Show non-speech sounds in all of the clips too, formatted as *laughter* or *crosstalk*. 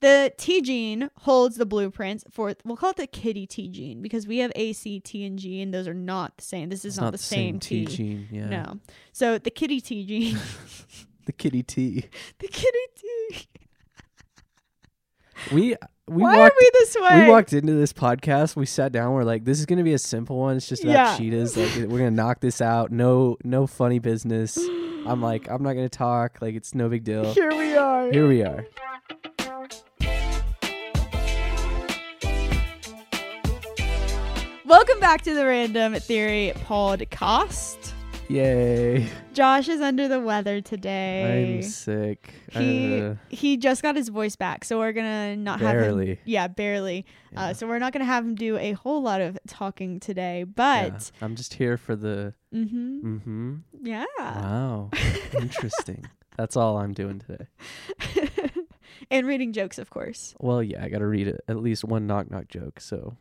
The T gene holds the blueprints for we'll call it the kitty T gene because we have A, C, T, and G, and those are not the same. This is It's not, the same, T. gene. Yeah. No. So the kitty T *laughs* gene, *laughs* The kitty T. the kitty T. *laughs* We we Why walked are we this way? we walked into this podcast. We sat down. We're like, this is gonna be a simple one. It's just about Yeah. cheetahs. *laughs* Like we're gonna knock this out. No no funny business. *gasps* I'm like, I'm not gonna talk. Like it's no big deal. Here we are. Here we are. Welcome back to the Random Theory podcast. Yay. Josh is under the weather today. I'm sick. He Uh, he just got his voice back, so we're gonna not have him. Barely. Yeah, barely. Yeah. Uh, so we're not gonna have him do a whole lot of talking today, yeah. but I'm just here for the yeah, mm-hmm, mm-hmm. yeah. Wow. Interesting. That's all I'm doing today. *laughs* and reading jokes, of course. Well, yeah, I gotta read at least one knock knock joke, so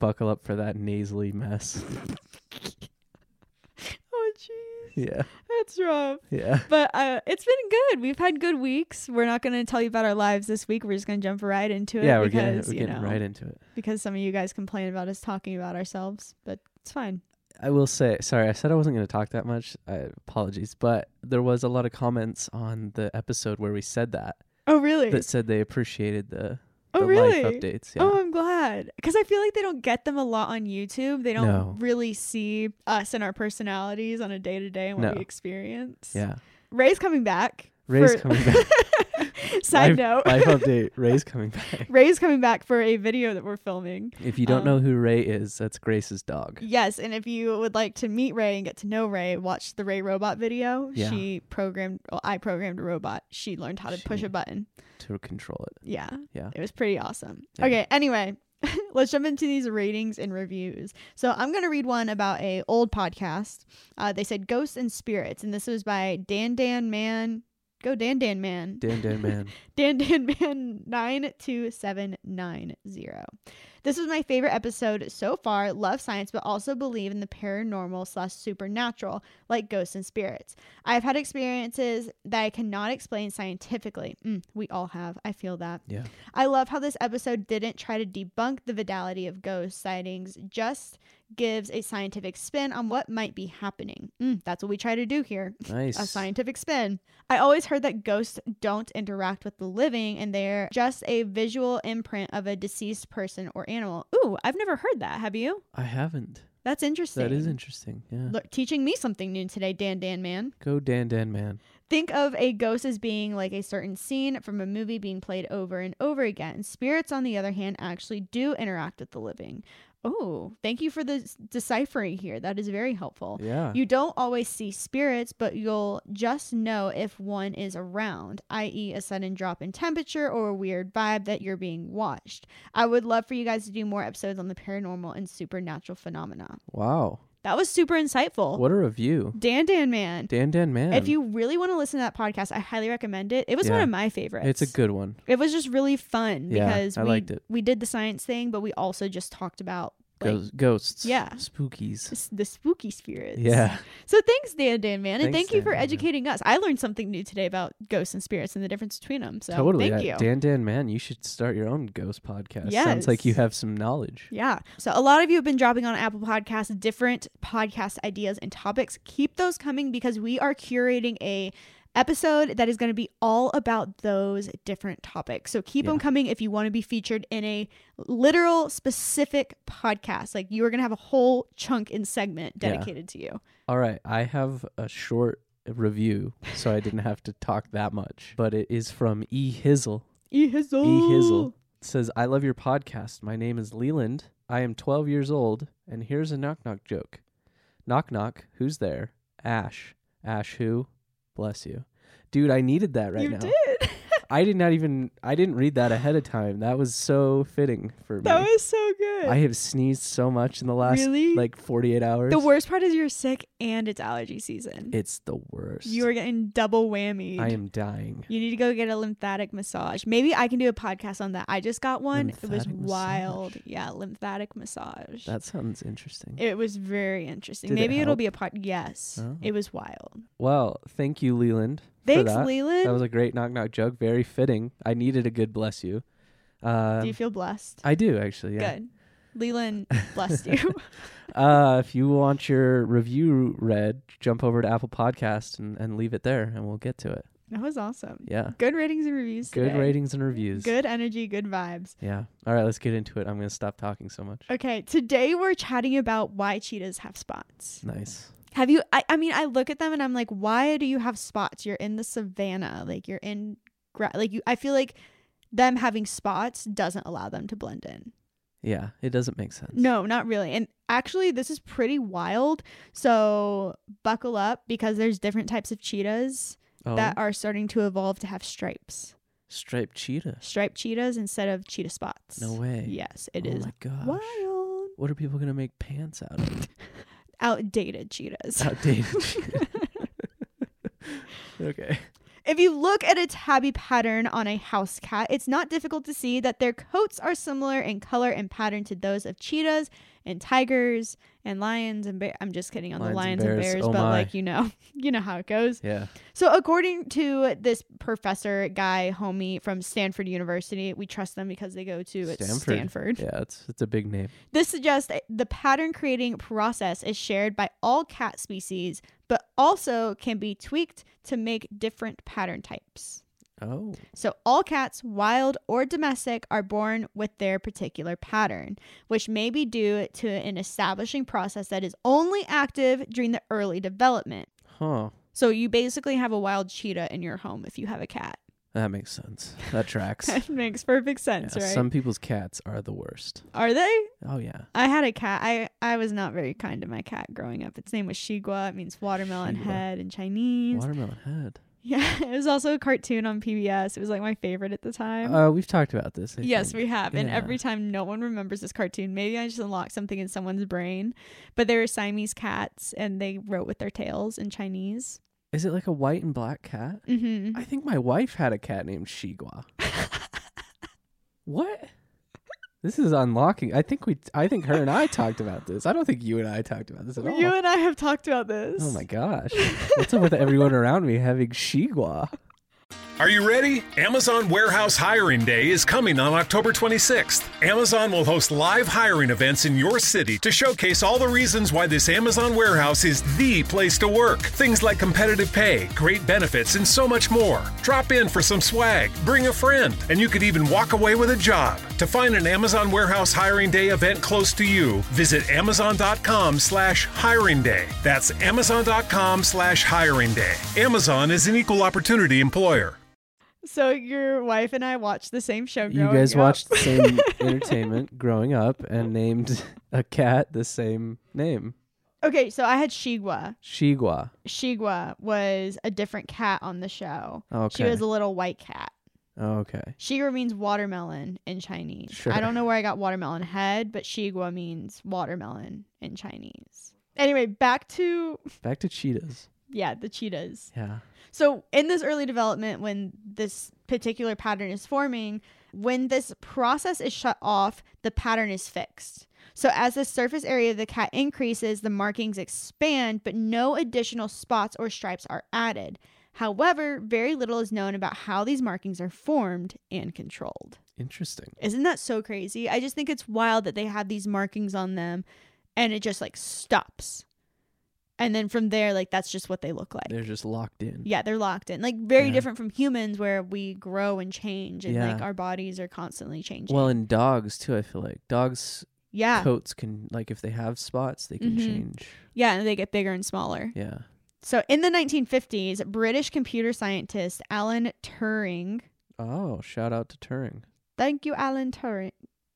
buckle up for that nasally mess. *laughs* Oh, jeez, yeah. that's rough. Yeah. But uh, it's been good. We've had good weeks. We're not gonna tell you about our lives this week. We're just gonna jump right into it. Yeah, we're getting, because we're you getting know right into it. because some of you guys complain about us talking about ourselves, but it's fine. I will say, sorry, I said I wasn't going to talk that much. I, apologies, but there was a lot of comments on the episode where we said that Oh really? that said they appreciated the, oh the really? life updates. Yeah. Oh, I'm glad. Because I feel like they don't get them a lot on YouTube. They don't No. really see us and our personalities on a day to day and what No. we experience. *laughs* yeah. Ray's coming back. Ray's for- coming back. *laughs* Side life, note. life update. Ray's coming back. *laughs* Ray's coming back for a video that we're filming. If you don't Um, know who Ray is, that's Grace's dog. Yes, and if you would like to meet Ray and get to know Ray, watch the Ray robot video. Yeah. She programmed, well, I programmed a robot. She learned how to push She- a button. To control it. Yeah. Yeah. It was pretty awesome. Yeah. Okay, anyway, *laughs* let's jump into these ratings and reviews. So I'm gonna read one about a old podcast. Uh, they said Ghosts and Spirits, and this was by Dan Dan Man. Go Dan Dan Man. Dan *laughs* Dan Man. Dan Dan Man 92790. This was my favorite episode so far. Love science, but also believe in the paranormal slash supernatural, like ghosts and spirits. I've had experiences that I cannot explain scientifically. Mm, we all have. I feel that. Yeah. I love how this episode didn't try to debunk the validity of ghost sightings, just gives a scientific spin on what might be happening. Mm, that's what we try to do here Nice. a scientific spin. I always heard that ghosts don't interact with the living and they're just a visual imprint of a deceased person or animal. Ooh, I've never heard that. Have you? I haven't. That's interesting. That is interesting. Yeah. Look, teaching me something new today, Dan Dan Man. Go Dan Dan Man. Think of a ghost as being like a certain scene from a movie being played over and over again. Spirits, on the other hand, actually do interact with the living. Oh, thank you for the s- deciphering here. That is very helpful. Yeah. You don't always see spirits, but you'll just know if one is around, i.e., a sudden drop in temperature or a weird vibe that you're being watched. I would love for you guys to do more episodes on the paranormal and supernatural phenomena. wow. That was super insightful. What a review. Dan Dan Man. Dan Dan Man. If you really want to listen to that podcast, I highly recommend it. It was one Yeah. of my favorites. It's a good one. It was just really fun Yeah, because I we liked it. we did the science thing, but we also just talked about like Ghost, ghosts. yeah. Spookies. s- the spooky spirits. Yeah. So thanks, Dan Dan Man, and thank Thanks, you Dan for Dan Man. educating us. I learned something new today about ghosts and spirits and the difference between them. So totally. thank I- you. Dan Dan Man, you should start your own ghost podcast. Sounds like you Yes. have some knowledge. yeah. So a lot of you have been dropping on Apple Podcasts different podcast ideas and topics. Keep those coming because we are curating a episode that is going to be all about those different topics. So keep them Yeah. coming if you want to be featured in a literal specific podcast. Like you are going to have a whole chunk and segment Yeah. dedicated to you. All right. I have a short review, so I didn't have to talk that much. But it is from E Hizzle. E E Hizzle says, I love your podcast. My name is Leland. I am 12 years old, and here's a knock knock joke. Knock knock, who's there? Ash. Ash who? Bless you. Dude, I needed that right you now. did. *laughs* I did not even I didn't read that ahead of time. That was so fitting for That me. was so good. I have sneezed so much in the last Really? like 48 hours. the worst part is you're sick and it's allergy season. It's the worst. you are getting double whammy. I am dying. You need to go get a lymphatic massage. Maybe I can do a podcast on that. I just got one. it was Lymphatic massage. wild. Yeah, lymphatic massage. That sounds interesting. it was very interesting. Did it Maybe will help? be a pod. Yes, Oh. it was wild. well, thank you Leland for Thanks, that. Leland. *laughs* That was a great knock knock joke, very fitting. I needed a good bless you. Uh do you feel blessed? I do actually, Uh, yeah. Good. *laughs* Leland blessed you. *laughs* Uh, if you want your review read, jump over to Apple Podcast and, and leave it there, and we'll get to it. that was awesome. Yeah. Good ratings and reviews. Good today. ratings and reviews. Good energy, good vibes. Yeah. All right, let's get into it. I'm going to stop talking so much. Okay, today we're chatting about why cheetahs have spots. Nice. Have you? I, I mean, I look at them and I'm like, why do you have spots? You're in the savannah, like you're in, gra- like you. I feel like them having spots doesn't allow them to blend in. Yeah, it doesn't make sense. No, not really. And actually, this is pretty wild. So buckle up because there's different types of cheetahs Oh, that are starting to evolve to have stripes, striped cheetah. striped cheetahs instead of cheetah spots. No way. Yes, it oh is my gosh. wild. What are people going to make pants out of? *laughs* Outdated cheetahs. *laughs* Outdated. cheetah. *laughs* okay. If you look at its habit pattern on a house cat, it's not difficult to see that their coats are similar in color and pattern to those of cheetahs and tigers and lions and bears. I'm just kidding on the lions and bears, oh but my. like you know, *laughs* you know how it goes. Yeah. So according to this professor guy homie from Stanford University, we trust them because they go to Stanford. Stanford. Stanford. Yeah, it's it's a big name. This suggests that the pattern creating process is shared by all cat species, but also can be tweaked to make different pattern types. Oh. So, all cats, wild or domestic, are born with their particular pattern, which may be due to an establishing process that is only active during the early development. Huh. So, you basically have a wild cheetah in your home if you have a cat. That makes sense. That *laughs* tracks. That makes perfect Yeah, sense, right? Some people's cats are the worst. Are they? Oh yeah. I had a cat. I, I was not very kind to my cat growing up. Its name was Shigua. It means watermelon Shigua. head in Chinese. Watermelon head. *laughs* yeah, it was also a cartoon on PBS. It was like my favorite at the time. Uh, we've talked about this. I Yes, think. we have. And Yeah. every time no one remembers this cartoon, maybe I just unlocked something in someone's brain. But they were Siamese cats and they wrote with their tails in Chinese. Is it like a white and black cat? hmm I think my wife had a cat named Shigua. what? This is unlocking. I think we. I think her and I talked about this. I don't think you and I talked about this at all. You and I have talked about this. oh *laughs* my gosh! What's up with everyone around me having Shigua? Are you ready? Amazon Warehouse Hiring Day is coming on October 26th. Amazon will host live hiring events in your city to showcase all the reasons why this Amazon warehouse is the place to work. Things like competitive pay, great benefits, and so much more. Drop in for some swag, bring a friend, and you could even walk away with a job. To find an Amazon Warehouse Hiring Day event close to you, visit amazon.com slash hiring day. That's amazon.com slash hiring day. Amazon is an equal opportunity employer. So your wife and I watched the same show. You growing guys up. watched the same entertainment growing up and named a cat the same name, *laughs* okay, so I had Shigwa. Shigua. Shigwa was a different cat on the show. Okay. She was a little white cat. okay. Shigwa means watermelon in Chinese. I Sure. don't know where I got watermelon head, but Shigwa means watermelon in Chinese. Anyway, back to Back to cheetahs. yeah, the cheetahs. Yeah. So in this early development when this particular pattern is forming, when this process is shut off, the pattern is fixed. So as the surface area of the cat increases, the markings expand, but no additional spots or stripes are added. However, very little is known about how these markings are formed and controlled. Interesting. Isn't that so crazy? I just think it's wild that they have these markings on them and it just like stops. And then from there, like that's just what they look like. They're just locked in. yeah, they're locked in. Like very Yeah. different from humans where we grow and change and like Yeah. our bodies are constantly changing. Well, in dogs too, I feel like dogs' yeah. coats can like if they have spots, they can Mhm. change. yeah, and they get bigger and smaller. Yeah. So in the 1950s, British computer scientist Alan Turing, Oh, shout out to Turing. thank you Alan Turing.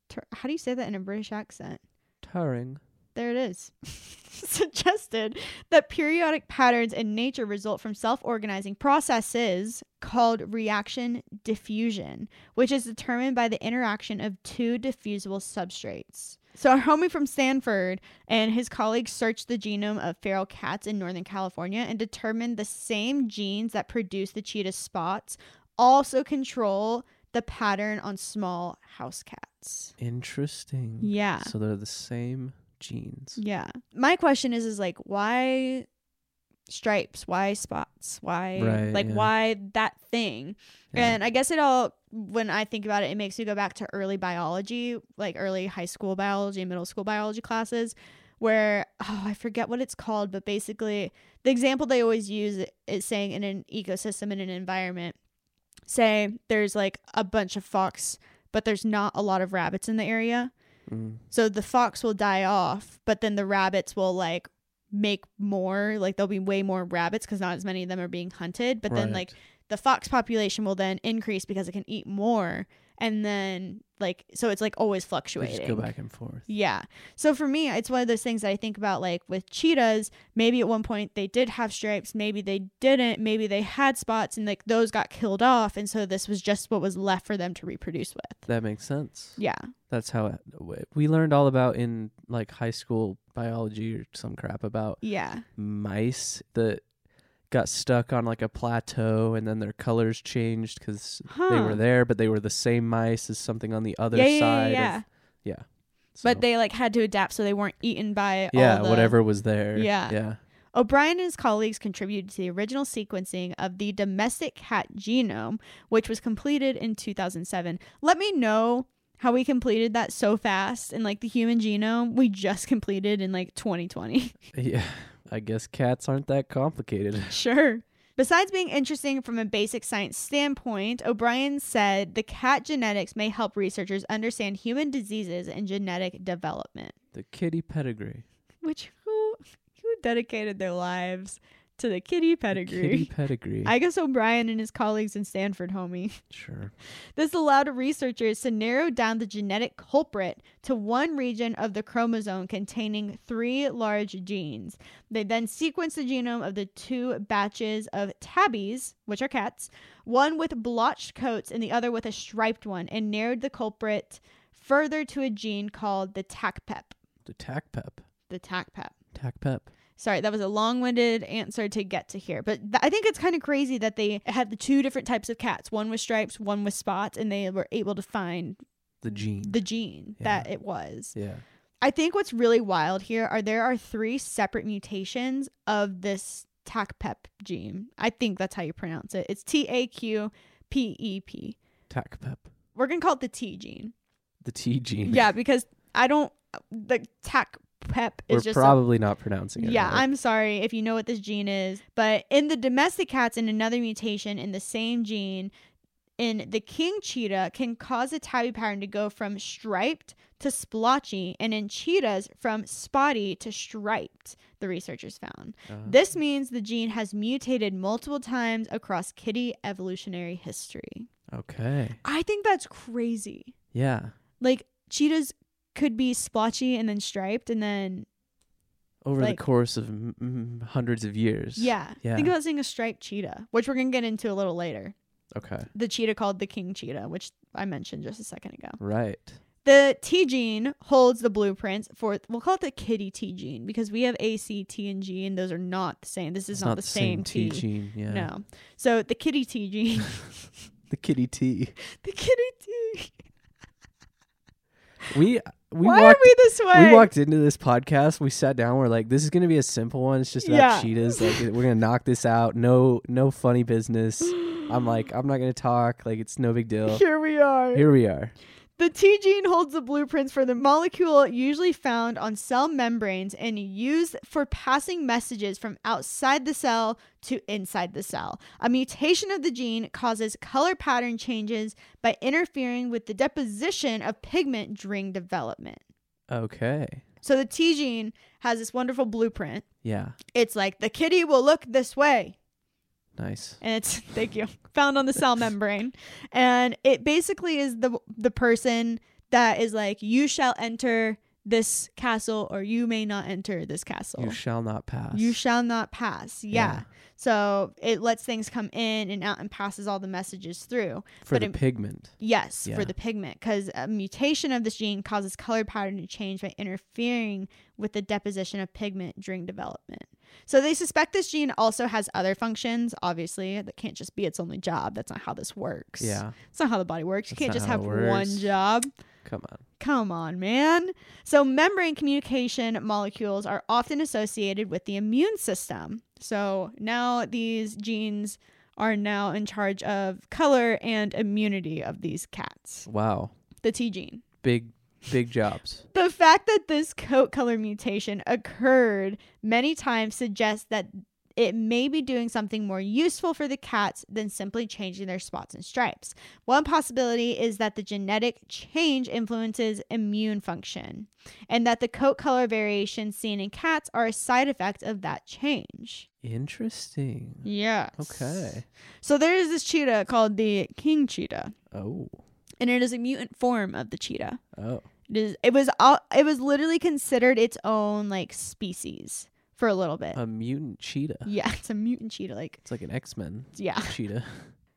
Tur- How do you say that in a British accent? Turing. there it is, *laughs* suggested that periodic patterns in nature result from self organizing processes called reaction diffusion, which is determined by the interaction of two diffusible substrates. So, our homie from Stanford and his colleagues searched the genome of feral cats in Northern California and determined the same genes that produce the cheetah spots also control the pattern on small house cats. Interesting. Yeah. So they're the same genes. Yeah. My question is is like why stripes, why spots, why Right, like yeah. why that thing? Yeah. And I guess it all when I think about it, it makes you go back to early biology, like early high school biology, middle school biology classes where oh, I forget what it's called, but basically the example they always use is saying in an ecosystem in an environment say there's like a bunch of fox but there's not a lot of rabbits in the area Mm. so the fox will die off, but then the rabbits will like make more, like there'll be way more rabbits because not as many of them are being hunted. But then like the fox population will then increase because it can eat more. And then like, so it's like always They fluctuating. just go back and forth. Yeah. So for me, it's one of those things that I think about like with cheetahs, maybe at one point they did have stripes, maybe they didn't, maybe they had spots and like those got killed off. And so this was just what was left for them to reproduce with. That makes sense. Yeah. That's how it, w- we learned all about in like high school biology or some crap about Yeah. mice that got stuck on like a plateau and then their colors changed because they Huh. were there, but they were the same mice as something on the other Yeah, yeah, yeah, side. yeah. Of, yeah. So, But they like had to adapt so they weren't eaten by yeah, all the- whatever was there. Yeah. Yeah. O'Brien and his colleagues contributed to the original sequencing of the domestic cat genome, which was completed in 2007. Let me know how we completed that so fast and like the human genome we just completed in like 2020. Yeah. *laughs* I guess cats aren't that complicated. *laughs* Sure. Besides being interesting from a basic science standpoint, O'Brien said the cat genetics may help researchers understand human diseases and genetic development. the kitty pedigree. Which who who dedicated their lives to the kitty The pedigree? Kitty pedigree. *laughs* I guess O'Brien and his colleagues in Stanford, homie. *laughs* sure. This allowed researchers to narrow down the genetic culprit to one region of the chromosome containing three large genes. They then sequenced the genome of the two batches of tabbies, which are cats, one with blotched coats and the other with a striped one, and narrowed the culprit further to a gene called the TACPEP. The tac pep. The TACPEP. Tac pep. Sorry, that was a long winded answer to get to here. But th- I think it's kind of crazy that they had the two different types of cats one with stripes, one with spots, and they were able to find The gene. the gene that it was. yeah. I think what's really wild here are there are three separate mutations of this TACPEP gene. I think that's how you pronounce it. It's T A Q P E P. Tac pep. We're going to call it the T *laughs* gene. The T gene. Yeah, because I don't, the TACPEP is *laughs* We're just. a- probably not pronouncing it. Yeah, right. I'm sorry if you know what this gene is, but in the domestic cats and another mutation in the same gene in the king cheetah can cause the tabby pattern to go from striped to splotchy and in cheetahs from spotty to striped, the researchers found. Uh, This means the gene has mutated multiple times across kitty evolutionary history. okay. I think that's crazy. Yeah. Like cheetahs could be splotchy and then striped and then Over Like- the course of m- m- hundreds of years. Yeah. Yeah. Think about seeing a striped cheetah, which we're going to get into a little later. Okay. The cheetah called the king cheetah, which I mentioned just a second ago. Right. The T gene holds the blueprints for, we'll call it the kitty T gene because we have A, C, T, and G, and those are not the same. This is It's not, the same, T. T gene. Yeah. No. So the kitty T gene, *laughs* *laughs* The kitty T. the kitty T. We we Why walked are we this way? we walked into this podcast. We sat down. We're like, this is gonna be a simple one. It's just about Yeah. cheetahs. Like we're gonna knock this out. No no funny business. I'm like, I'm not gonna talk. Like it's no big deal. Here we are. Here we are. The T gene holds the blueprints for the molecule usually found on cell membranes and used for passing messages from outside the cell to inside the cell. A mutation of the gene causes color pattern changes by interfering with the deposition of pigment during development. Okay. So the T gene has this wonderful blueprint. Yeah. It's like the kitty will look this way Nice. and it's *laughs* thank you found on the cell membrane and it basically is the the person that is like you shall enter this castle or you may not enter this castle. You shall not pass. You shall not pass. Yeah. Yeah. So it lets things come in and out and passes all the messages through. for but the it- pigment. Yes, Yeah. for the pigment, because a mutation of this gene causes color pattern to change by interfering with the deposition of pigment during development. So they suspect this gene also has other functions, obviously, that can't just be its only job. That's not how this works. Yeah. It's not how the body works. You That's can't not just how have it one works. job. Come on. Come on, man. So, membrane communication molecules are often associated with the immune system. So, now these genes are now in charge of color and immunity of these cats. Wow. The T gene. Big big jobs. The fact that this coat color mutation occurred many times suggests that it may be doing something more useful for the cats than simply changing their spots and stripes. One possibility is that the genetic change influences immune function, and that the coat color variations seen in cats are a side effect of that change. Interesting. Yes. Okay. So there is this cheetah called the king cheetah, Oh. and it is a mutant form of the cheetah. Oh. It is. It was all. It was literally considered its own like species for a little bit. A mutant cheetah. *laughs* yeah, it's a mutant cheetah. Like It's like an X-Men yeah. *laughs* cheetah.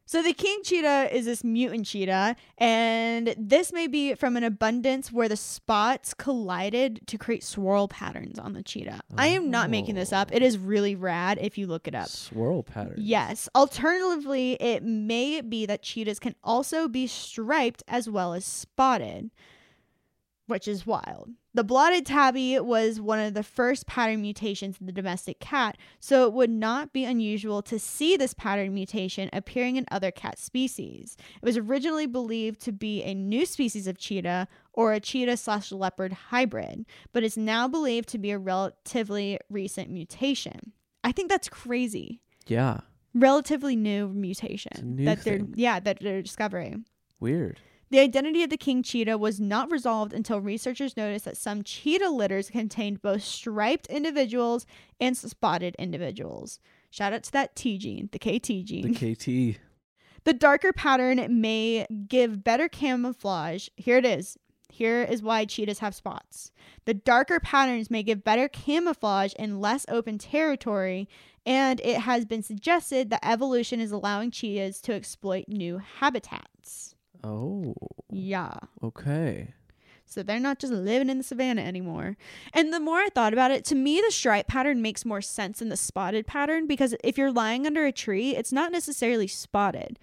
So the king cheetah is this mutant cheetah, and this may be from an abundance where the spots collided to create swirl patterns on the cheetah. I am not making this up. It is really rad if you look it up. Swirl pattern. Yes. Alternatively, it may be that cheetahs can also be striped as well as spotted, which is wild. The blotted tabby was one of the first pattern mutations in the domestic cat, so it would not be unusual to see this pattern mutation appearing in other cat species. It was originally believed to be a new species of cheetah or a cheetah slash leopard hybrid, but is now believed to be a relatively recent mutation. I think that's crazy Yeah. relatively new It's a mutation new that they're thing. yeah that they're discovering. Weird. The identity of the king cheetah was not resolved until researchers noticed that some cheetah litters contained both striped individuals and spotted individuals. Shout out to that T gene, the KT gene. The KT. The darker pattern may give better camouflage. Here it is. Here is why cheetahs have spots. The darker patterns may give better camouflage in less open territory, and it has been suggested that evolution is allowing cheetahs to exploit new habitats. Oh. Yeah. Okay. So they're not just living in the savannah anymore. And the more I thought about it, to me, the stripe pattern makes more sense than the spotted pattern because if you're lying under a tree, it's not necessarily spotted,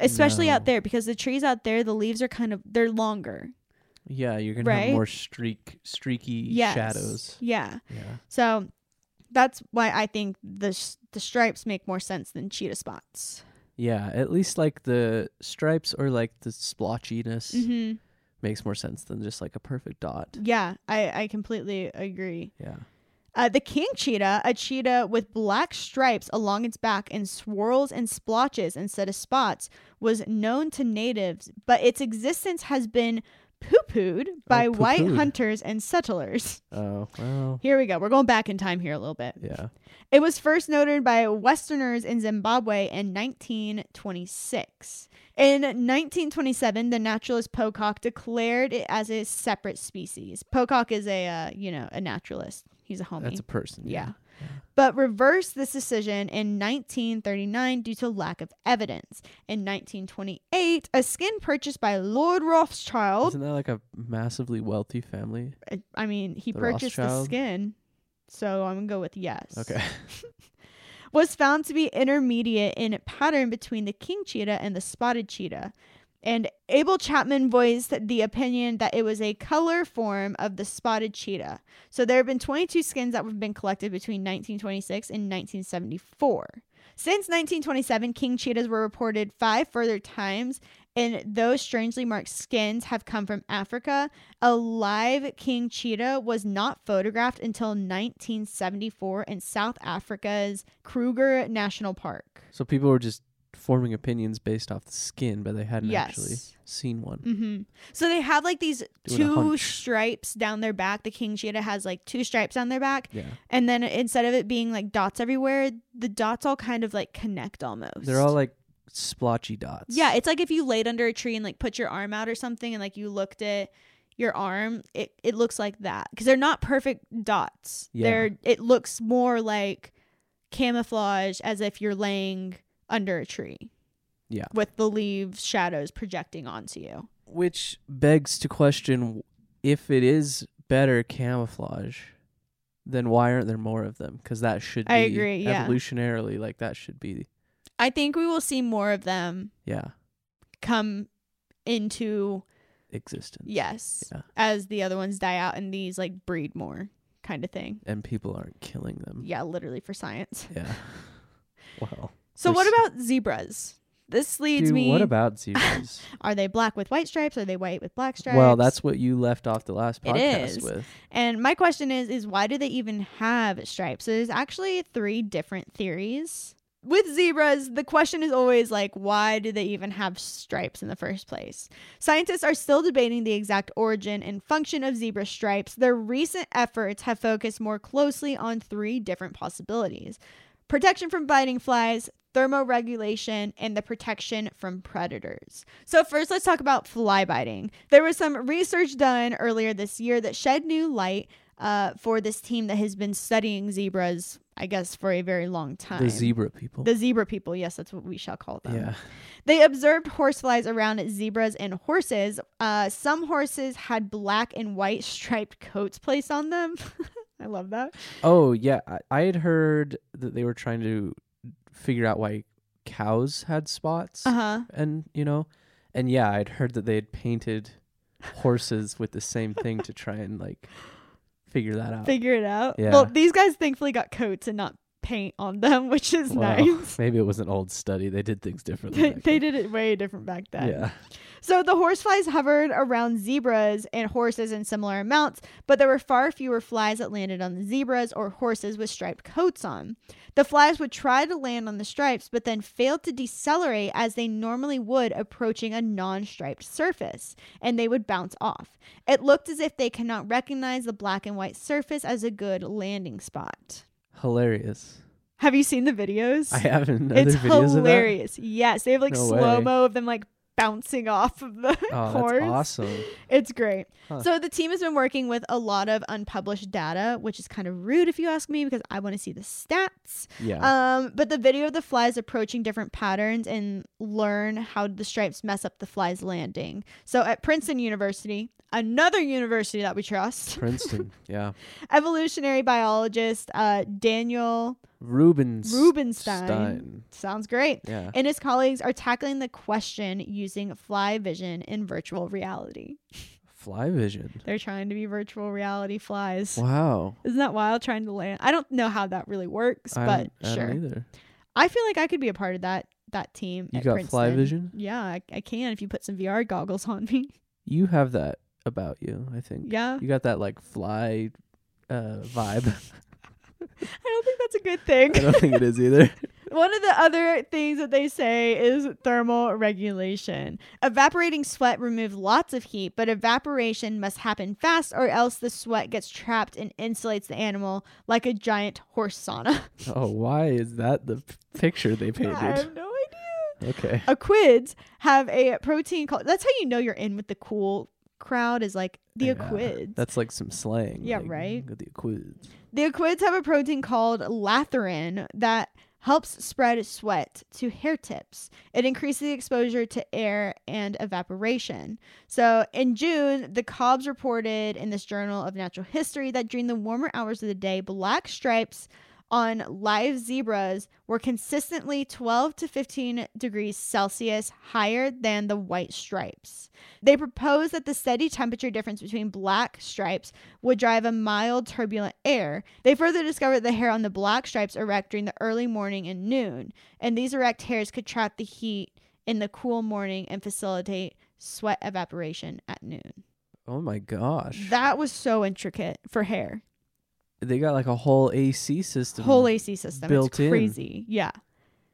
especially No. out there because the trees out there, the leaves are kind of, they're longer. Yeah, you're gonna Right? have more streak streaky Yes. shadows. Yeah. Yeah. So that's why I think the, s- the stripes make more sense than cheetah spots. Yeah. At least like the stripes or like the splotchiness Mm-hmm. makes more sense than just like a perfect dot. Yeah, I, I completely agree. Yeah. Uh, the king cheetah, a cheetah with black stripes along its back and swirls and splotches instead of spots, was known to natives, but its existence has been poo pooed by Oh, white poo-pooed. hunters and settlers. *laughs* Oh well. Here we go. We're going back in time here a little bit. Yeah. It was first noted by Westerners in Zimbabwe in 1926. In 1927, the naturalist Pocock declared it as a separate species. Pocock is a, uh, you know, a naturalist. He's a homie. That's a person. Yeah. But reversed this decision in 1939 due to lack of evidence. In 1928, a skin purchased by Lord Rothschild, Isn't that like a massively wealthy family? I- I mean, he The purchased the Rothschild? skin. So I'm going to go with yes. Okay. *laughs* Was found to be intermediate in pattern between the king cheetah and the spotted cheetah. And Abel Chapman voiced the opinion that it was a color form of the spotted cheetah. So there have been 22 skins that have been collected between 1926 and 1974. Since 1927, king cheetahs were reported five further times, and those strangely marked skins have come from Africa. A live king cheetah was not photographed until 1974 in South Africa's Kruger National Park. So people were just forming opinions based off the skin, but they hadn't actually Yes. seen one. Mm-hmm. So they have like these Doing a two hunch. stripes down their back. The king cheetah has like two stripes down their back, Yeah. and then instead of it being like dots everywhere, the dots all kind of like connect almost. They're all like splotchy dots. yeah. It's like if you laid under a tree and like put your arm out or something, and like you looked at your arm, it, it looks like that because they're not perfect dots. Yeah. They're it looks more like camouflage as if you're laying under a tree. Yeah. With the leaves shadows projecting onto you. Which begs to question if it is better camouflage, then why aren't there more of them? Because that should I be agree, yeah. evolutionarily, like that should be, I think we will see more of them yeah, come into existence. yes Yeah. as the other ones die out and these like breed more kind of thing. And people aren't killing them. Yeah, literally for science. *laughs* Yeah. Well, So For what s- about zebras? This leads dude, me. what about *laughs* zebras? Are they black with white stripes? Are they white with black stripes? well, that's what you left off the last It podcast is. with. And my question is, is why do they even have stripes? So there's actually three different theories. With zebras, the question is always like, why do they even have stripes in the first place? Scientists are still debating the exact origin and function of zebra stripes. Their recent efforts have focused more closely on three different possibilities protection from biting flies, thermoregulation, and the protection from predators. So, first, let's talk about fly biting. There was some research done earlier this year that shed new light uh, for this team that has been studying zebras, I guess, for a very long time. The zebra people. The zebra people, yes, that's what we shall call them. yeah. They observed horseflies around zebras and horses. Uh, some horses had black and white striped coats placed on them. *laughs* I love that. Oh yeah, I, I had heard that they were trying to figure out why cows had spots, Uh huh. and you know, and yeah, I'd heard that they had painted horses with the same thing to try and like figure that out. Figure it out. Yeah. Well, these guys thankfully got coats and not paint on them, *laughs* which is Wow. *laughs* nice. Maybe it was an old study. They did things differently. They, back they then. did it way different back then. Yeah. So the horseflies hovered around zebras and horses in similar amounts, but there were far fewer flies that landed on the zebras or horses with striped coats on. The flies would try to land on the stripes, but then failed to decelerate as they normally would approaching a non striped surface, and they would bounce off. It looked as if they cannot recognize the black and white surface as a good landing spot. Hilarious. Have you seen the videos? I haven't. it's other videos hilarious. Yes, they have like No way. slow mo of them like bouncing off of the Of that? *laughs* Oh, horse. that's awesome. It's great. Huh. So the team has been working with a lot of unpublished data, which is kind of rude if you ask me because I want to see the stats. Yeah. Um, but the video of the flies approaching different patterns and learn how the stripes mess up the flies landing. So at Princeton University, another university that we trust, *laughs* Princeton. Yeah. evolutionary biologist uh, Daniel Rubens. Rubenstein. Stein. Sounds great. Yeah. And his colleagues are tackling the question using fly vision in virtual reality. Fly vision. They're trying to be virtual reality flies. Wow. Isn't that wild trying to land? I don't know how that really works, I but don't- I sure. don't either. I feel like I could be a part of that that team. You at got fly Princeton. vision? Yeah, I, I can if you put some VR goggles on me. *laughs* You have that about you, I think. *laughs* Yeah. You got that like fly uh vibe. I don't think that's a good I thing. don't think it is either. *laughs* One of the other things that they say is thermal regulation. Evaporating sweat removes lots of heat, but evaporation must happen fast or else the sweat gets trapped and insulates the animal like a giant horse sauna. *laughs* Oh, why is that the p- picture they I painted? have no idea. Okay. a quids have a protein called that's how you know you're in with the cool crowd is like the Yeah, aquids That's like some slang. Yeah, like, right? got The quids. the aquids have a protein called latherin that helps spread sweat to hair tips it increases the exposure to air and evaporation so in june the cobbs reported in this journal of natural history that during the warmer hours of the day black stripes on live zebras were consistently 12 to 15 degrees Celsius higher than the white stripes. They proposed that the steady temperature difference between black stripes would drive a mild, turbulent air. They further discovered the hair on the black stripes erect during the early morning and noon, and these erect hairs could trap the heat in the cool morning and facilitate sweat evaporation at noon. Oh my gosh. That was so intricate for hair. they got like a whole AC system. Whole AC system. built it's in. crazy. Yeah.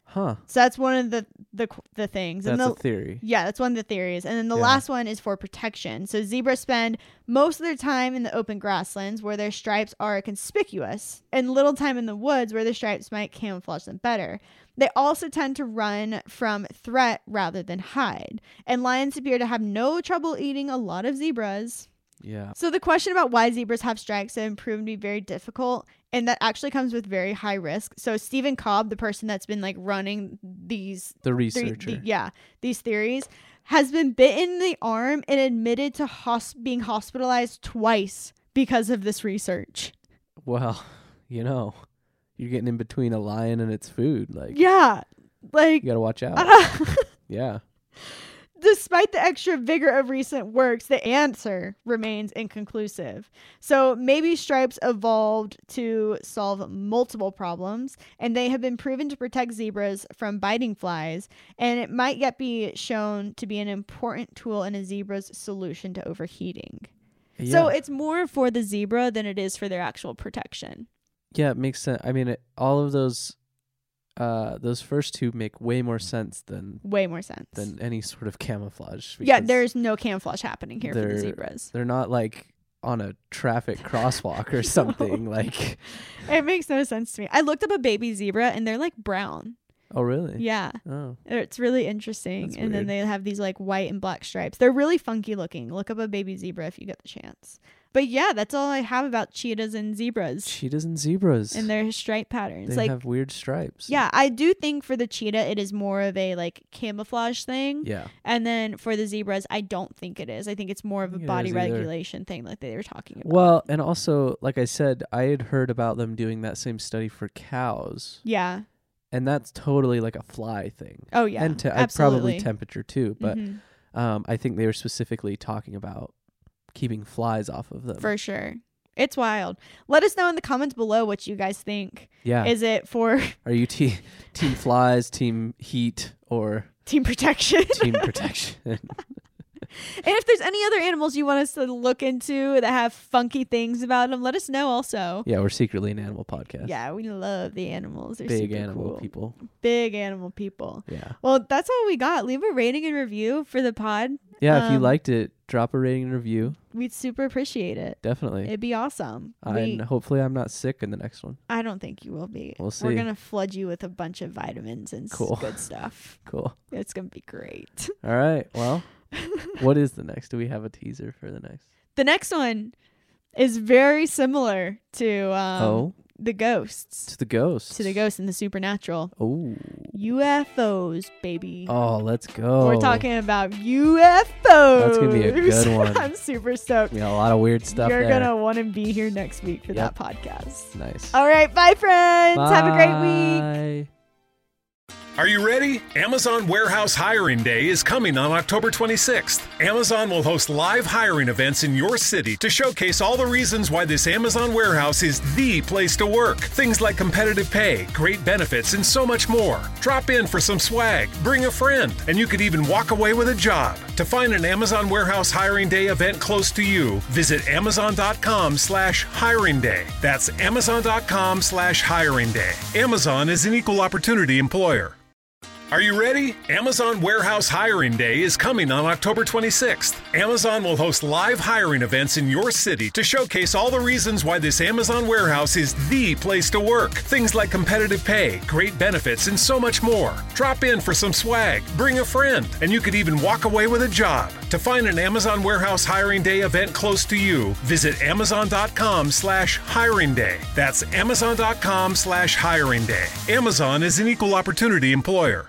Huh. So that's one of the the qu- the things. That's and the, a theory. yeah, that's one of the theories. And then the Yeah. last one is for protection. So zebras spend most of their time in the open grasslands where their stripes are conspicuous, and little time in the woods where their stripes might camouflage them better. They also tend to run from threat rather than hide. And lions appear to have no trouble eating a lot of zebras. Yeah. So the question about why zebras have stripes has proven to be very difficult, and that actually comes with very high risk. So Stephen Cobb, the person that's been like running these, The three, researcher. the, yeah, these theories, has been bitten in the arm and admitted to hos- being hospitalized twice because of this research. Well, *laughs* you know, you're getting in between a lion and its food. Like, Yeah, like you gotta *laughs* watch out. yeah. Despite the extra vigor of recent works, the answer remains inconclusive. So maybe stripes evolved to solve multiple problems, and they have been proven to protect zebras from biting flies, and it might yet be shown to be an important tool in a zebra's solution to overheating. So Yeah. it's more for the zebra than it is for their actual protection. Yeah, it makes sense. I mean, it, all of those, uh, those first two make way more sense than Way more sense. than any sort of camouflage. yeah, because there's no camouflage happening here for the they're- zebras. They're not like on a *laughs* traffic crosswalk or something. Like, It makes no sense to me. I looked up a baby zebra and they're like brown. oh really? Yeah. Oh, It's really interesting. That's and then weird. they have these like white and black stripes. They're really funky looking. Look up a baby zebra if you get the chance. But yeah, that's all I have about cheetahs and zebras cheetahs and zebras. and their stripe patterns. they like have weird stripes. yeah, I do think for the cheetah it is more of a like camouflage thing. Yeah. And then for the zebras, I don't think it is. I think it's more of a think it body is either. regulation thing like they were talking about. Well, and also, like I said, I had heard about them doing that same study for cows, yeah. and that's totally like a fly thing. Oh yeah. and te- uh, absolutely. probably temperature too, but Mhm, um, I think they were specifically talking about keeping flies off of them. for sure. It's wild. Let us know in the comments below what you guys think. yeah, Is it for *laughs* are you te- team flies, team heat, or team protection. *laughs* team protection? *laughs* and if there's any other animals you want us to look into that have funky things about them, let us know also. yeah, we're secretly an animal podcast. Yeah, we love the animals. They're big super animal cool. people. Big animal people. Yeah, Well, that's all we got. Leave a rating and review for the pod. yeah. if you Um, liked it, drop a rating and review. We'd super appreciate it. Definitely. It'd be awesome. and We, hopefully, I'm not sick in the next one. I don't think you will be. We'll We're see. going to flood you with a bunch of vitamins and s- Cool. good stuff. Cool. *laughs* It's going to be great. *laughs* All right. Well, what is the next? Do we have a teaser for the next? The next one is very similar to um, oh, the ghosts. to the ghost. to the ghosts and the supernatural. Oh. UFOs, baby. Oh, let's go. We're talking about UFOs. That's gonna be a *laughs* good one. I'm super stoked. Yeah, a lot of weird stuff You're there. gonna want to be here next week for that Yep. podcast. Nice. All right, bye, friends. Have a great week. Bye. Are you ready? Amazon Warehouse Hiring Day is coming on October 26th. Amazon will host live hiring events in your city to showcase all the reasons why this Amazon warehouse is the place to work. Things like competitive pay, great benefits, and so much more. Drop in for some swag, bring a friend, and you could even walk away with a job. To find an Amazon Warehouse Hiring Day event close to you, visit amazon.com slash hiring day. That's amazon.com slash hiring day. Amazon is an equal opportunity employer. Are you ready? Amazon Warehouse Hiring Day is coming on October 26th. Amazon will host live hiring events in your city to showcase all the reasons why this Amazon warehouse is the place to work. Things like competitive pay, great benefits, and so much more. Drop in for some swag, bring a friend, and you could even walk away with a job. To find an Amazon Warehouse Hiring Day event close to you, visit amazon.com slash hiring day. That's amazon.com slash hiring day. Amazon is an equal opportunity employer.